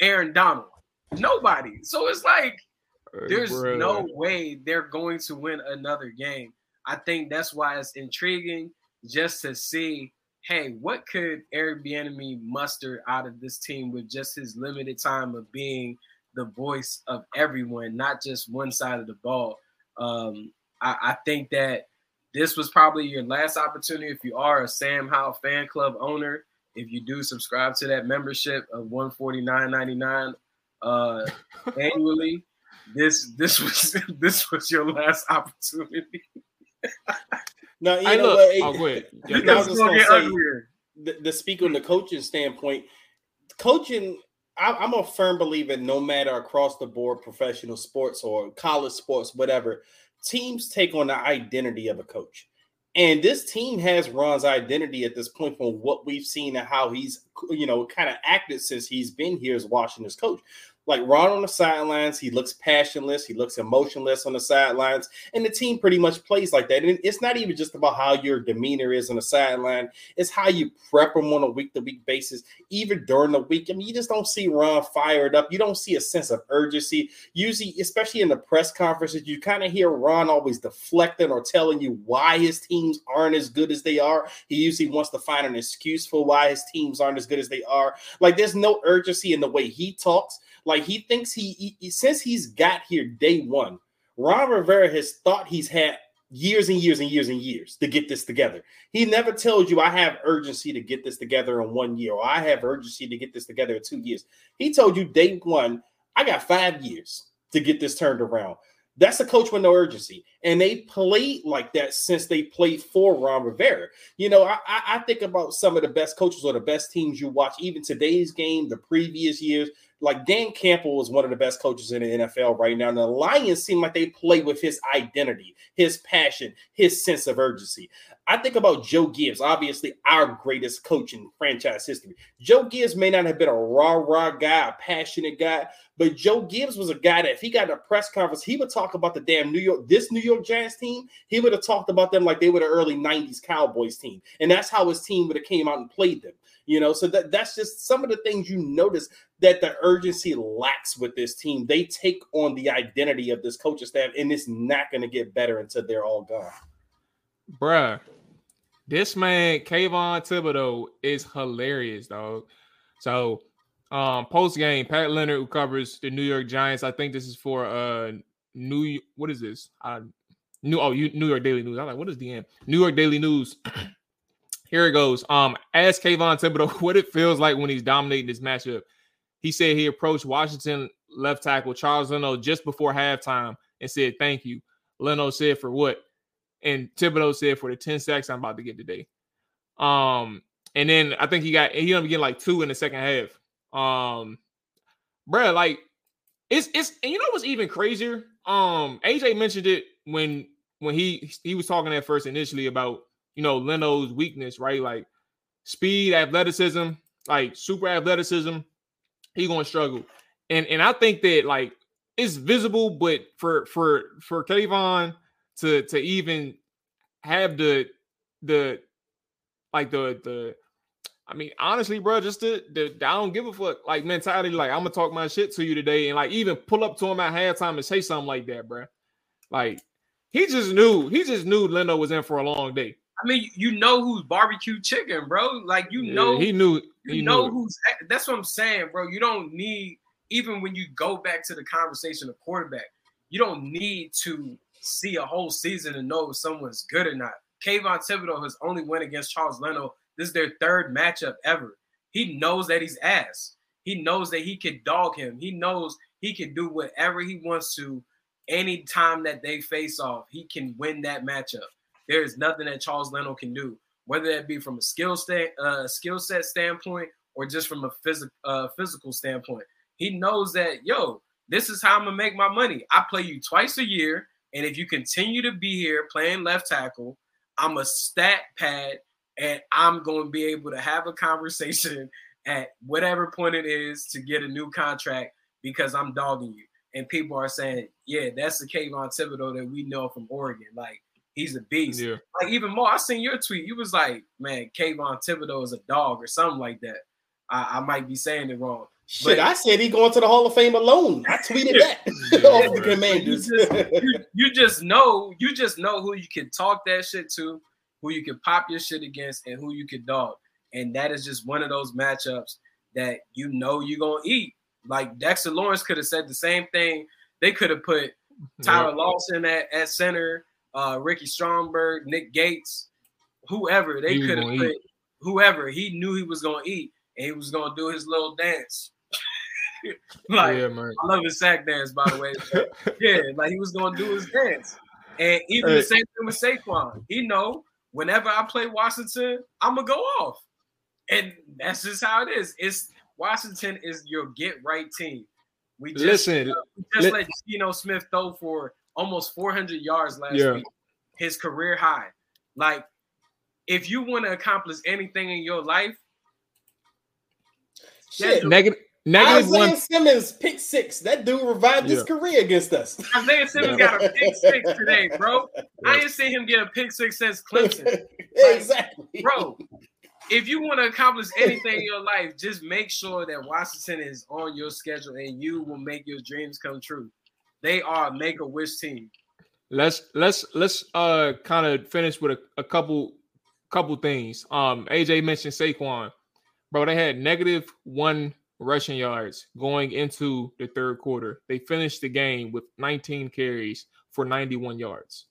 Aaron Donald? Nobody. So it's like hey, there's bro. no way they're going to win another game. I think that's why it's intriguing just to see, hey, what could Eric Bieniemy muster out of this team with just his limited time of being the voice of everyone, not just one side of the ball. Um, I, I think that this was probably your last opportunity if you are a Sam Howe fan club owner. If you do subscribe to that membership of 149.99 uh annually, this this was this was your last opportunity.
no, you I know look,
Oh,
what? I'll quit. Yeah, I was just gonna say, the, the speaker and the coaching standpoint, coaching I'm a firm believer no matter across the board professional sports or college sports, whatever, teams take on the identity of a coach. And this team has Ron's identity at this point from what we've seen and how he's, you know, kind of acted since he's been here as Washington's coach. Like Ron on the sidelines, he looks passionless, he looks emotionless on the sidelines, and the team pretty much plays like that. And it's not even just about how your demeanor is on the sideline, it's how you prep them on a week to week basis, even during the week. I mean, you just don't see Ron fired up, you don't see a sense of urgency. Usually, especially in the press conferences, you kind of hear Ron always deflecting or telling you why his teams aren't as good as they are. He usually wants to find an excuse for why his teams aren't as good as they are. Like, there's no urgency in the way he talks. Like he thinks he, he, since he's got here day one, Ron Rivera has thought he's had years and years and years and years to get this together. He never tells you I have urgency to get this together in one year or I have urgency to get this together in two years. He told you day one, I got five years to get this turned around. That's a coach with no urgency. And they played like that since they played for Ron Rivera. You know, I, I think about some of the best coaches or the best teams you watch, even today's game, the previous years Like Dan Campbell is one of the best coaches in the NFL right now. And the Lions seem like they play with his identity, his passion, his sense of urgency. I think about Joe Gibbs, obviously our greatest coach in franchise history. Joe Gibbs may not have been a rah rah guy, a passionate guy, but Joe Gibbs was a guy that if he got in a press conference, he would talk about the damn New York, this New York Giants team. He would have talked about them like they were the early 90s Cowboys team. And that's how his team would have came out and played them. You know, so that, that's just some of the things you notice that the urgency lacks with this team. They take on the identity of this coaching staff, and it's not going to get better until they're all gone.
Bruh, this man, Kayvon Thibodeau, is hilarious, dog. So um, post game, Pat Leonard, who covers the New York Giants, I think this is for uh New what is this? I New oh you, New York Daily News. I'm like, what is DM? New York Daily News. Here it goes. Um, ask Kayvon Thibodeau what it feels like when he's dominating this matchup. He said he approached Washington left tackle Charles Leno just before halftime and said thank you. Leno said for what? And Thibodeau said for the 10 sacks I'm about to get today. Um, and then I think he got he ended up getting like two in the second half um bruh like it's it's and you know what's even crazier um aj mentioned it when when he he was talking at first initially about you know leno's weakness right like speed athleticism like super athleticism he gonna struggle and and i think that like it's visible but for for for Kayvon to to even have the the like the the I mean, honestly, bro, just the, the, the, I don't give a fuck like mentality. Like I'm gonna talk my shit to you today, and like even pull up to him at halftime and say something like that, bro. Like he just knew, he just knew Leno was in for a long day.
I mean, you know who's barbecue chicken, bro. Like you yeah, know,
he knew,
he you know knew. who's. That's what I'm saying, bro. You don't need even when you go back to the conversation of quarterback, you don't need to see a whole season to know if someone's good or not. Kayvon Thibodeau has only went against Charles Leno this is their third matchup ever. He knows that he's ass. He knows that he can dog him. He knows he can do whatever he wants to anytime that they face off. He can win that matchup. There is nothing that Charles Leno can do, whether that be from a skill sta- uh, skill set standpoint or just from a phys- uh, physical standpoint. He knows that, yo, this is how I'm going to make my money. I play you twice a year. And if you continue to be here playing left tackle, I'm a stat pad and I'm going to be able to have a conversation at whatever point it is to get a new contract because I'm dogging you. And people are saying, yeah, that's the Kayvon Thibodeau that we know from Oregon. Like, he's a beast. Yeah. Like, even more, I seen your tweet. You was like, man, Kayvon Thibodeau is a dog or something like that. I, I might be saying it wrong.
Shit, but, I said he going to the Hall of Fame alone. I tweeted yeah. that off yeah, the commanders.
You just, you, you just know, you just know who you can talk that shit to who you can pop your shit against, and who you can dog. And that is just one of those matchups that you know you're gonna eat. Like Dexter Lawrence could have said the same thing. They could have put Tyler yeah. Lawson at, at center, uh, Ricky Stromberg, Nick Gates, whoever. They could have put eat. whoever. He knew he was gonna eat, and he was gonna do his little dance. like yeah, I love his sack dance, by the way. yeah, like he was gonna do his dance. And even hey. the same thing with Saquon. He know whenever I play Washington, I'm gonna go off, and that's just how it is. It's Washington is your get right team. We just,
listen. Uh,
we just li- let Geno Smith throw for almost 400 yards last yeah. week, his career high. Like, if you want to accomplish anything in your life,
shit, negative. Negative
Isaiah
one.
Simmons pick six. That dude revived yeah. his career against us.
Isaiah Simmons got a pick six today, bro. I ain't seen him get a pick six since Clemson.
Like, exactly,
bro. If you want to accomplish anything in your life, just make sure that Washington is on your schedule, and you will make your dreams come true. They are a make a wish team.
Let's let's let's uh kind of finish with a, a couple couple things. Um, AJ mentioned Saquon, bro. They had negative one rushing yards going into the third quarter. They finished the game with 19 carries for 91 yards.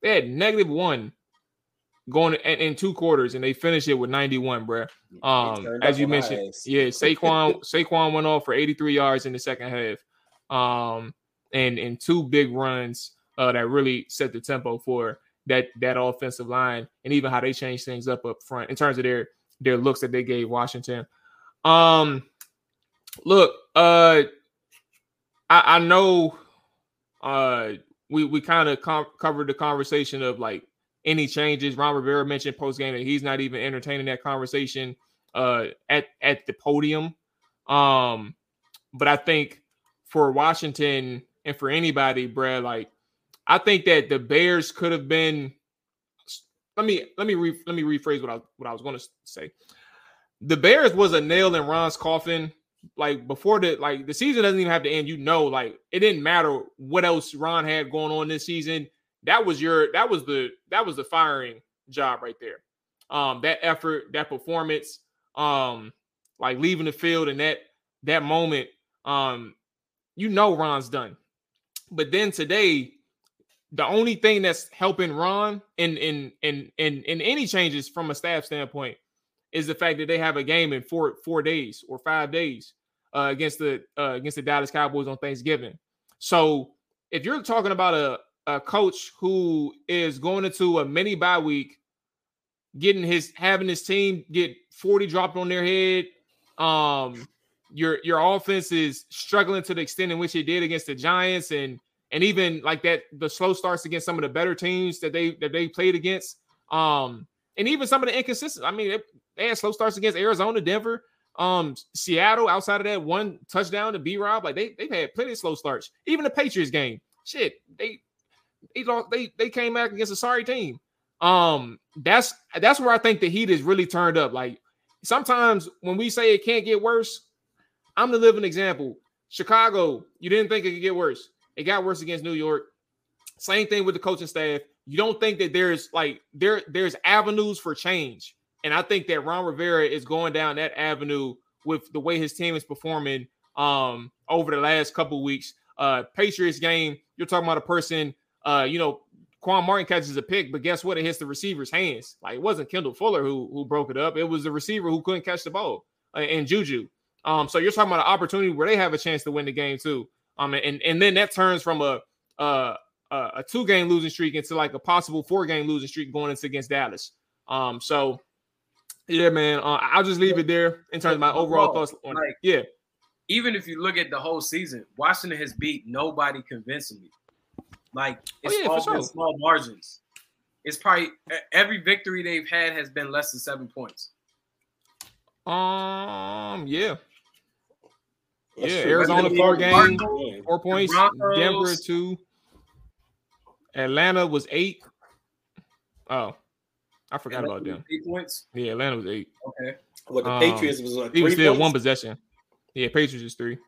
They had negative one going in, in two quarters, and they finished it with 91, bruh. Um, as you mentioned, yeah, Saquon Saquon went off for 83 yards in the second half, um, and and two big runs uh, that really set the tempo for that that offensive line, and even how they changed things up up front in terms of their their looks that they gave Washington. Um, Look, uh, I, I know, uh, we we kind of com- covered the conversation of like any changes. Ron Rivera mentioned post game that he's not even entertaining that conversation uh, at at the podium. Um, but I think for Washington and for anybody, Brad, like I think that the Bears could have been. Let me let me re, let me rephrase what I what I was going to say. The Bears was a nail in Ron's coffin. Like before the like the season doesn't even have to end. You know, like it didn't matter what else Ron had going on this season. That was your that was the that was the firing job right there. Um, that effort, that performance, um, like leaving the field and that that moment, um, you know Ron's done. But then today, the only thing that's helping Ron in in in in in any changes from a staff standpoint is the fact that they have a game in four four days or five days uh, against the uh, against the Dallas Cowboys on Thanksgiving. So if you're talking about a a coach who is going into a mini bye week, getting his having his team get 40 dropped on their head, um, your your offense is struggling to the extent in which it did against the Giants and and even like that the slow starts against some of the better teams that they that they played against um and even some of the inconsistent i mean they, they had slow starts against arizona denver um seattle outside of that one touchdown to b-rob like they, they've had plenty of slow starts even the patriots game shit they they lost they, they came back against a sorry team um that's that's where i think the heat is really turned up like sometimes when we say it can't get worse i'm the living example chicago you didn't think it could get worse it got worse against New York. Same thing with the coaching staff. You don't think that there's like there there's avenues for change, and I think that Ron Rivera is going down that avenue with the way his team is performing um, over the last couple weeks. Uh, Patriots game, you're talking about a person. Uh, you know, Quan Martin catches a pick, but guess what? It hits the receiver's hands. Like it wasn't Kendall Fuller who who broke it up. It was the receiver who couldn't catch the ball uh, and Juju. Um, so you're talking about an opportunity where they have a chance to win the game too. Um, and and then that turns from a a, a two game losing streak into like a possible four game losing streak going into against Dallas. Um, so yeah, man, uh, I'll just leave it there in terms of my overall thoughts. On,
Like-
yeah,
Even if you look at the whole season, Washington has beat nobody convincingly. Like it's
Oh, yeah, for
all
sure.
been small margins. It's probably e- every victory they've had has been less than seven points.
um, yeah,
That's
Yeah,
true.
Arizona
Whether
four
they-
game.
Yeah.
four points.
Broncos-
Denver two. Atlanta was eight. Oh, I forgot about them.
Eight points.
Yeah, Atlanta was eight.
Okay.
Well, the
Um,
Patriots was like
He was
three
still
points.
one possession. Yeah, Patriots is three.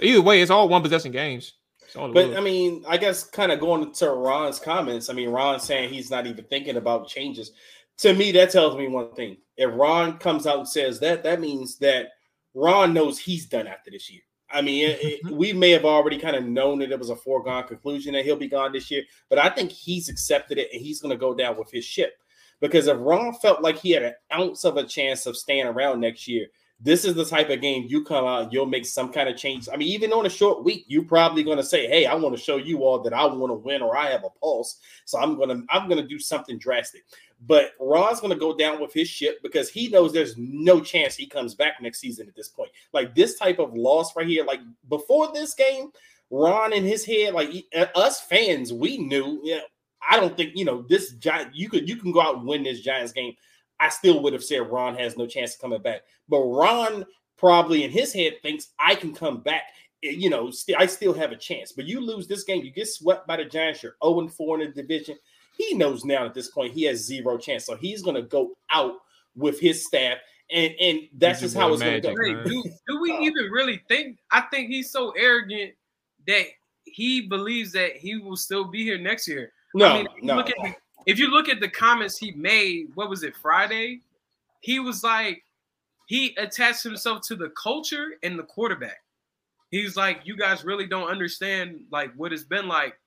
Either way, it's all one possession games. It's all it was.
But I mean, I guess kind of going to Ron's comments. I mean, Ron saying he's not even thinking about changes. To me, that tells me one thing. If Ron comes out and says that, that means that Ron knows he's done after this year. I mean, it, it- we may have already kind of known that it was a foregone conclusion that he'll be gone this year, but I think he's accepted it and he's going to go down with his ship. Because if Ron felt like he had an ounce of a chance of staying around next year, this is the type of game you come out, you'll make some kind of change. I mean, even on a short week, you're probably going to say, "Hey, I want to show you all that I want to win or I have a pulse, so I'm gonna I'm gonna do something drastic." But Ron's going to go down with his ship because he knows there's no chance he comes back next season at this point. Like this type of loss right here, like before this game, Ron in his head, like he- uh, us fans, we knew. Yeah, I don't think you know this giant. You could you can go out and win this Giants game. I still would have said Ron has no chance of coming back but Ron probably in his head thinks I can come back. eh, You know, st- I still have a chance. But you lose this game, you get swept by the Giants. You're 0 4 in the division. He knows now at this point he has zero chance. So he's going to go out with his staff, and and that's
He's
just
your
how
boy
it's going to go.
Magic.
Hey,
man.
do, do we
Uh,
even really think? I think he's so arrogant that he believes that he will still be here next year.
No,
I mean, if you
no.
Look at the, if you look at the comments he made, what was it Friday? He was like, he attached himself to the culture and the quarterback. He's like, you guys really don't understand like what it's been like.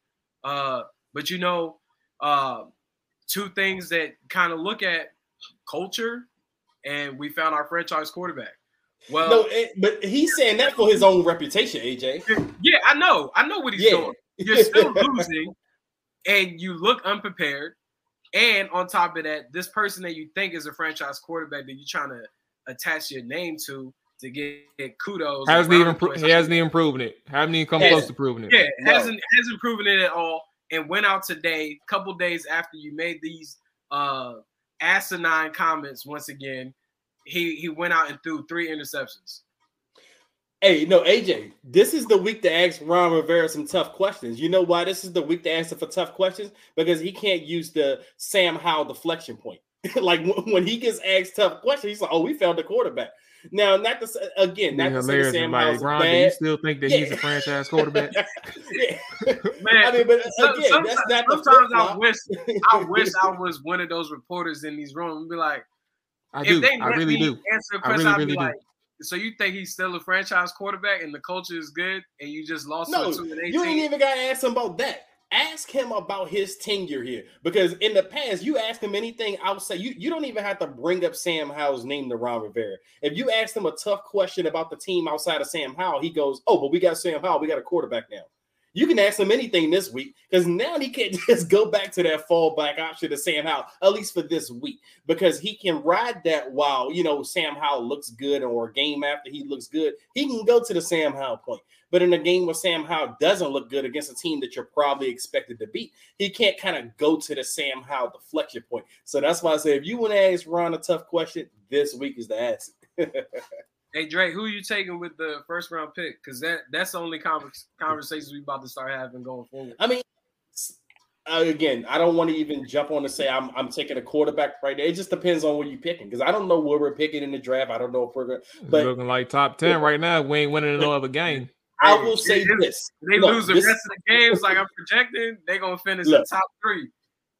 Uh, but you know, uh, two things that kind of look at culture, and we found our franchise quarterback. Well,
no, eh, but he's saying that for his own reputation, AJ.
yeah, I know. I know what he's
Yeah.
doing. You're still losing, and you look unprepared. And on top of that, this person that you think is a franchise quarterback that you're trying to attach your name to to get kudos.
Hasn't
around
even
the
pro-
place.
he hasn't even proven it. Haven't even come
Yeah.
close to proving it.
yeah,
No.
hasn't hasn't proven it at all. And went out today, couple days after you made these uh asinine comments once again. He he went out and threw three interceptions.
Hey, no, AJ, this is the week to ask Ron Rivera some tough questions. You know why this is the week to answer for tough questions? Because he can't use the Sam Howell deflection point. like when when he gets asked tough questions, he's like, "Oh, we found the quarterback." Now, not to say, again,
It'd
not
be
to say
hilarious.
Sam
Everybody,
Howell's
Ron, do you
bad.
still think that he's
Yeah.
a franchise quarterback?
Yeah.
Man,
I mean, but
some-
again,
sometimes,
that's not the
sometimes I
flip-flop.
wish I wish I was one of those reporters in these rooms and be like,
I
if
do.
they
I
let
really
me
do.
answer the
I really,
question, I'd
really
be
do.
like, so you think he's still a franchise quarterback and the culture is good and you just lost
No,
to a two and
You ain't
eighteen?
even gotta ask him about that. Ask him about his tenure here, because in the past, you ask him anything outside. You you don't even have to bring up Sam Howell's name to Ron Rivera. If you ask him a tough question about the team outside of Sam Howell, he goes, "Oh, but we got Sam Howell. We got a quarterback now." You can ask him anything this week because now he can't just go back to that fallback option to Sam Howell, at least for this week, because he can ride that while, you know, Sam Howell looks good or a game after he looks good. He can go to the Sam Howell point. But in a game where Sam Howell doesn't look good against a team that you're probably expected to beat, he can't kind of go to the Sam Howell deflection point. So that's why I say if you want to ask Ron a tough question, this week is the ask. it.
Hey Dre, who you taking with the first round pick? Because that that's the only convers- conversations we about to start having going forward.
I mean, s- uh, again, I don't want to even jump on to say I'm I'm taking a quarterback right now. It just depends on what you're picking because I don't know where we're picking in the draft. I don't know if we're going.
He's
but-
looking like top ten right now. We ain't winning no other game.
I
Hey,
will say
it-
this:
They
Look,
lose the
this-
rest of the games like I'm projecting. They gonna finish
Look.
the top three.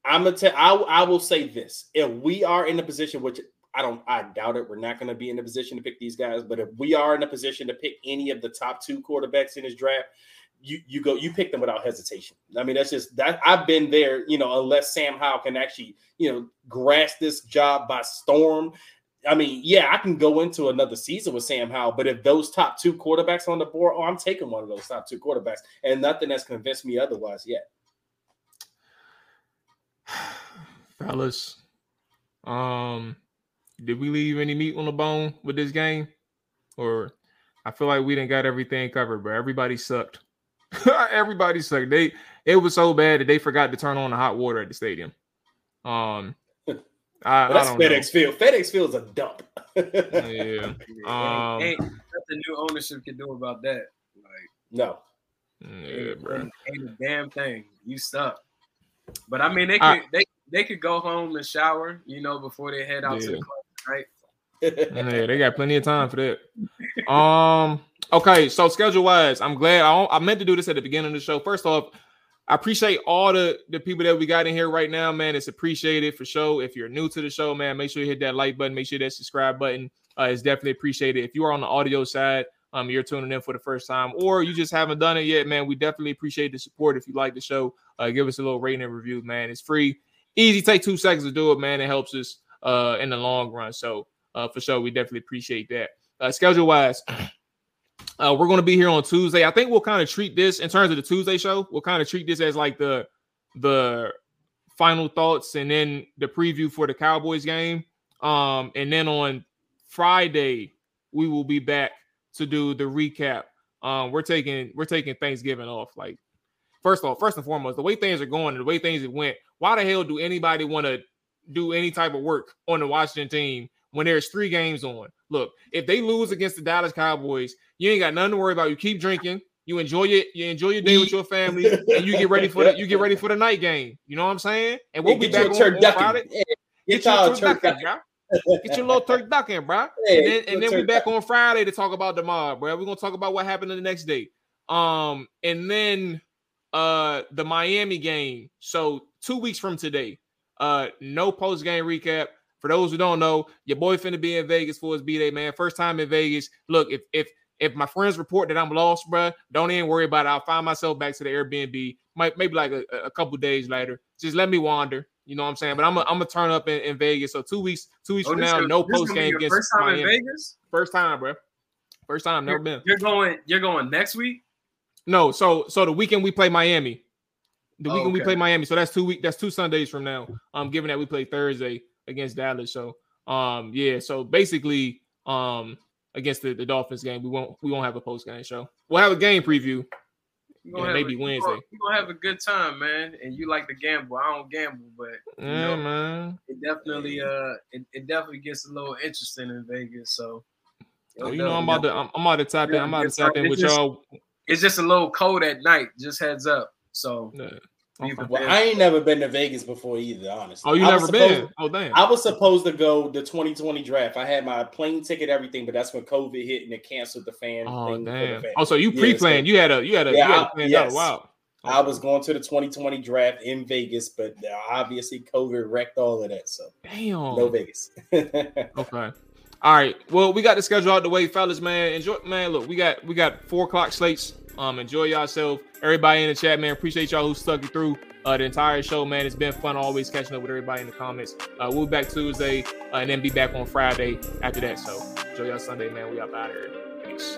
I'm gonna tell. I, I will say this: if we are in a position, which I don't, I doubt it, we're not going to be in a position to pick these guys. But if we are in a position to pick any of the top two quarterbacks in this draft, you you go, you pick them without hesitation. I mean, that's just that. I've been there, you know. Unless Sam Howell can actually, you know, grasp this job by storm. I mean, yeah, I can go into another season with Sam Howell, but if those top two quarterbacks on the board, oh, I'm taking one of those top two quarterbacks, and nothing has convinced me otherwise yet.
Fellas. Um, did we leave any meat on the bone with this game? Or I feel like we didn't got everything covered, but everybody sucked. everybody sucked. They it was so bad that they forgot to turn on the hot water at the stadium. Um I,
But
I
that's
don't
FedEx Field. FedEx Field's a dump.
know. Yeah. Um,
ain't, ain't nothing new ownership can do about that. Like
no.
Yeah,
ain't-
bro.
ain't, ain't a damn thing. You stuck. But I mean, they could
I-
they they could go home and shower, you know, before they head out to the
Yeah.
club, right?
yeah, they got plenty of time for that. Um. Okay, so schedule wise, I'm glad I, I meant to do this at the beginning of the show. First off, I appreciate all the the people that we got in here right now, man. It's appreciated for sure. If you're new to the show, man, make sure you hit that like button. Make sure that subscribe button uh, is definitely appreciated. If you are on the audio side, um, you're tuning in for the first time, or you just haven't done it yet, man. We definitely appreciate the support. If you like the show, uh, give us a little rating and review, man. It's free, easy. Take two seconds to do it, man. It helps us uh in the long run. So uh, for sure. We definitely appreciate that. Uh, schedule wise, uh, we're going to be here on Tuesday. I think we'll kind of treat this in terms of the Tuesday show. We'll kind of treat this as like the the final thoughts and then the preview for the Cowboys game. Um, and then on Friday we will be back to do the recap. Um, we're taking we're taking Thanksgiving off. Like first off, first and foremost, the way things are going and the way things have went, why the hell do anybody want to do any type of work on the Washington team when there's three games on. Look, if they lose against the Dallas Cowboys, you ain't got nothing to worry about. You keep drinking, you enjoy it, you enjoy your day with your family, and you get ready for the you get ready for the night game. You know what I'm saying? And we'll
Hey,
be
get
back
you
on,
a
on Friday.
turducken. Yeah,
Get
Get
your
y'all a
little turk ducking,
turducken.
bro. Get your little turk ducking, bro.
Yeah, get
And then,
you a
and then we're
turducken.
back on Friday to talk about tomorrow, bro. We're gonna talk about what happened the next day. Um, and then uh the Miami game. So two weeks from today, uh, no post game recap. For those who don't know, your boy finna be in Vegas for his B day, man. First time in Vegas. Look, if if if my friends report that I'm lost, bro, don't even worry about it. I'll find myself back to the Airbnb, might maybe like a, a couple days later. Just let me wander. You know what I'm saying? But I'm gonna I'm gonna turn up in, in Vegas. So two weeks, two weeks
Oh,
from
this
now,
is-
no
this gonna
post
be
game
your
against
First time in
Miami.
Vegas.
First time, bro. First time, never been.
You're going. You're going next week.
No, so so the weekend we play Miami. The
Oh,
weekend we
okay.
play Miami. So that's two week that's two Sundays from now. Um given that we play Thursday against Dallas. So um yeah, so basically um against the, the Dolphins game. We won't we won't have a post game show. We'll have a game preview.
You
Yeah, maybe
a,
Wednesday.
You're gonna, you gonna have a good time, man. And you like to gamble. I don't gamble, but you
Yeah,
know,
man.
it definitely uh it, it definitely gets a little interesting in Vegas. So
So, Oh, you know I'm about to I'm, I'm about to tap in. I'm about to tap in with y'all.
it's just a little cold at night, just heads up. So
Yeah. I'm fine.
Well, I ain't never been to Vegas before either, honestly.
Oh, you
I was
never
supposed-
been? Oh damn.
I was supposed to go the 2020 draft. I had my plane ticket, everything, but that's when COVID hit and it canceled the fan.
Oh
thing for the
damn.
fans.
Oh, so you
Yeah,
pre-planned. You had a you had a
Yeah,
you had
I-
a planned
yes.
out. Wow.
I was going to the 2020 draft in Vegas, but obviously COVID wrecked all of that. So
damn.
no Vegas.
Okay. All right. Well, we got the schedule out the way, fellas. Man, enjoy. Man, look, we got we got four o'clock slates. Um, enjoy yourself. Everybody in the chat, man. Appreciate y'all who stuck it through uh, the entire show, man. It's been fun always catching up with everybody in the comments. Uh, we'll be back Tuesday uh, and then be back on Friday after that. So enjoy y'all Sunday, man. We up out of here. Peace.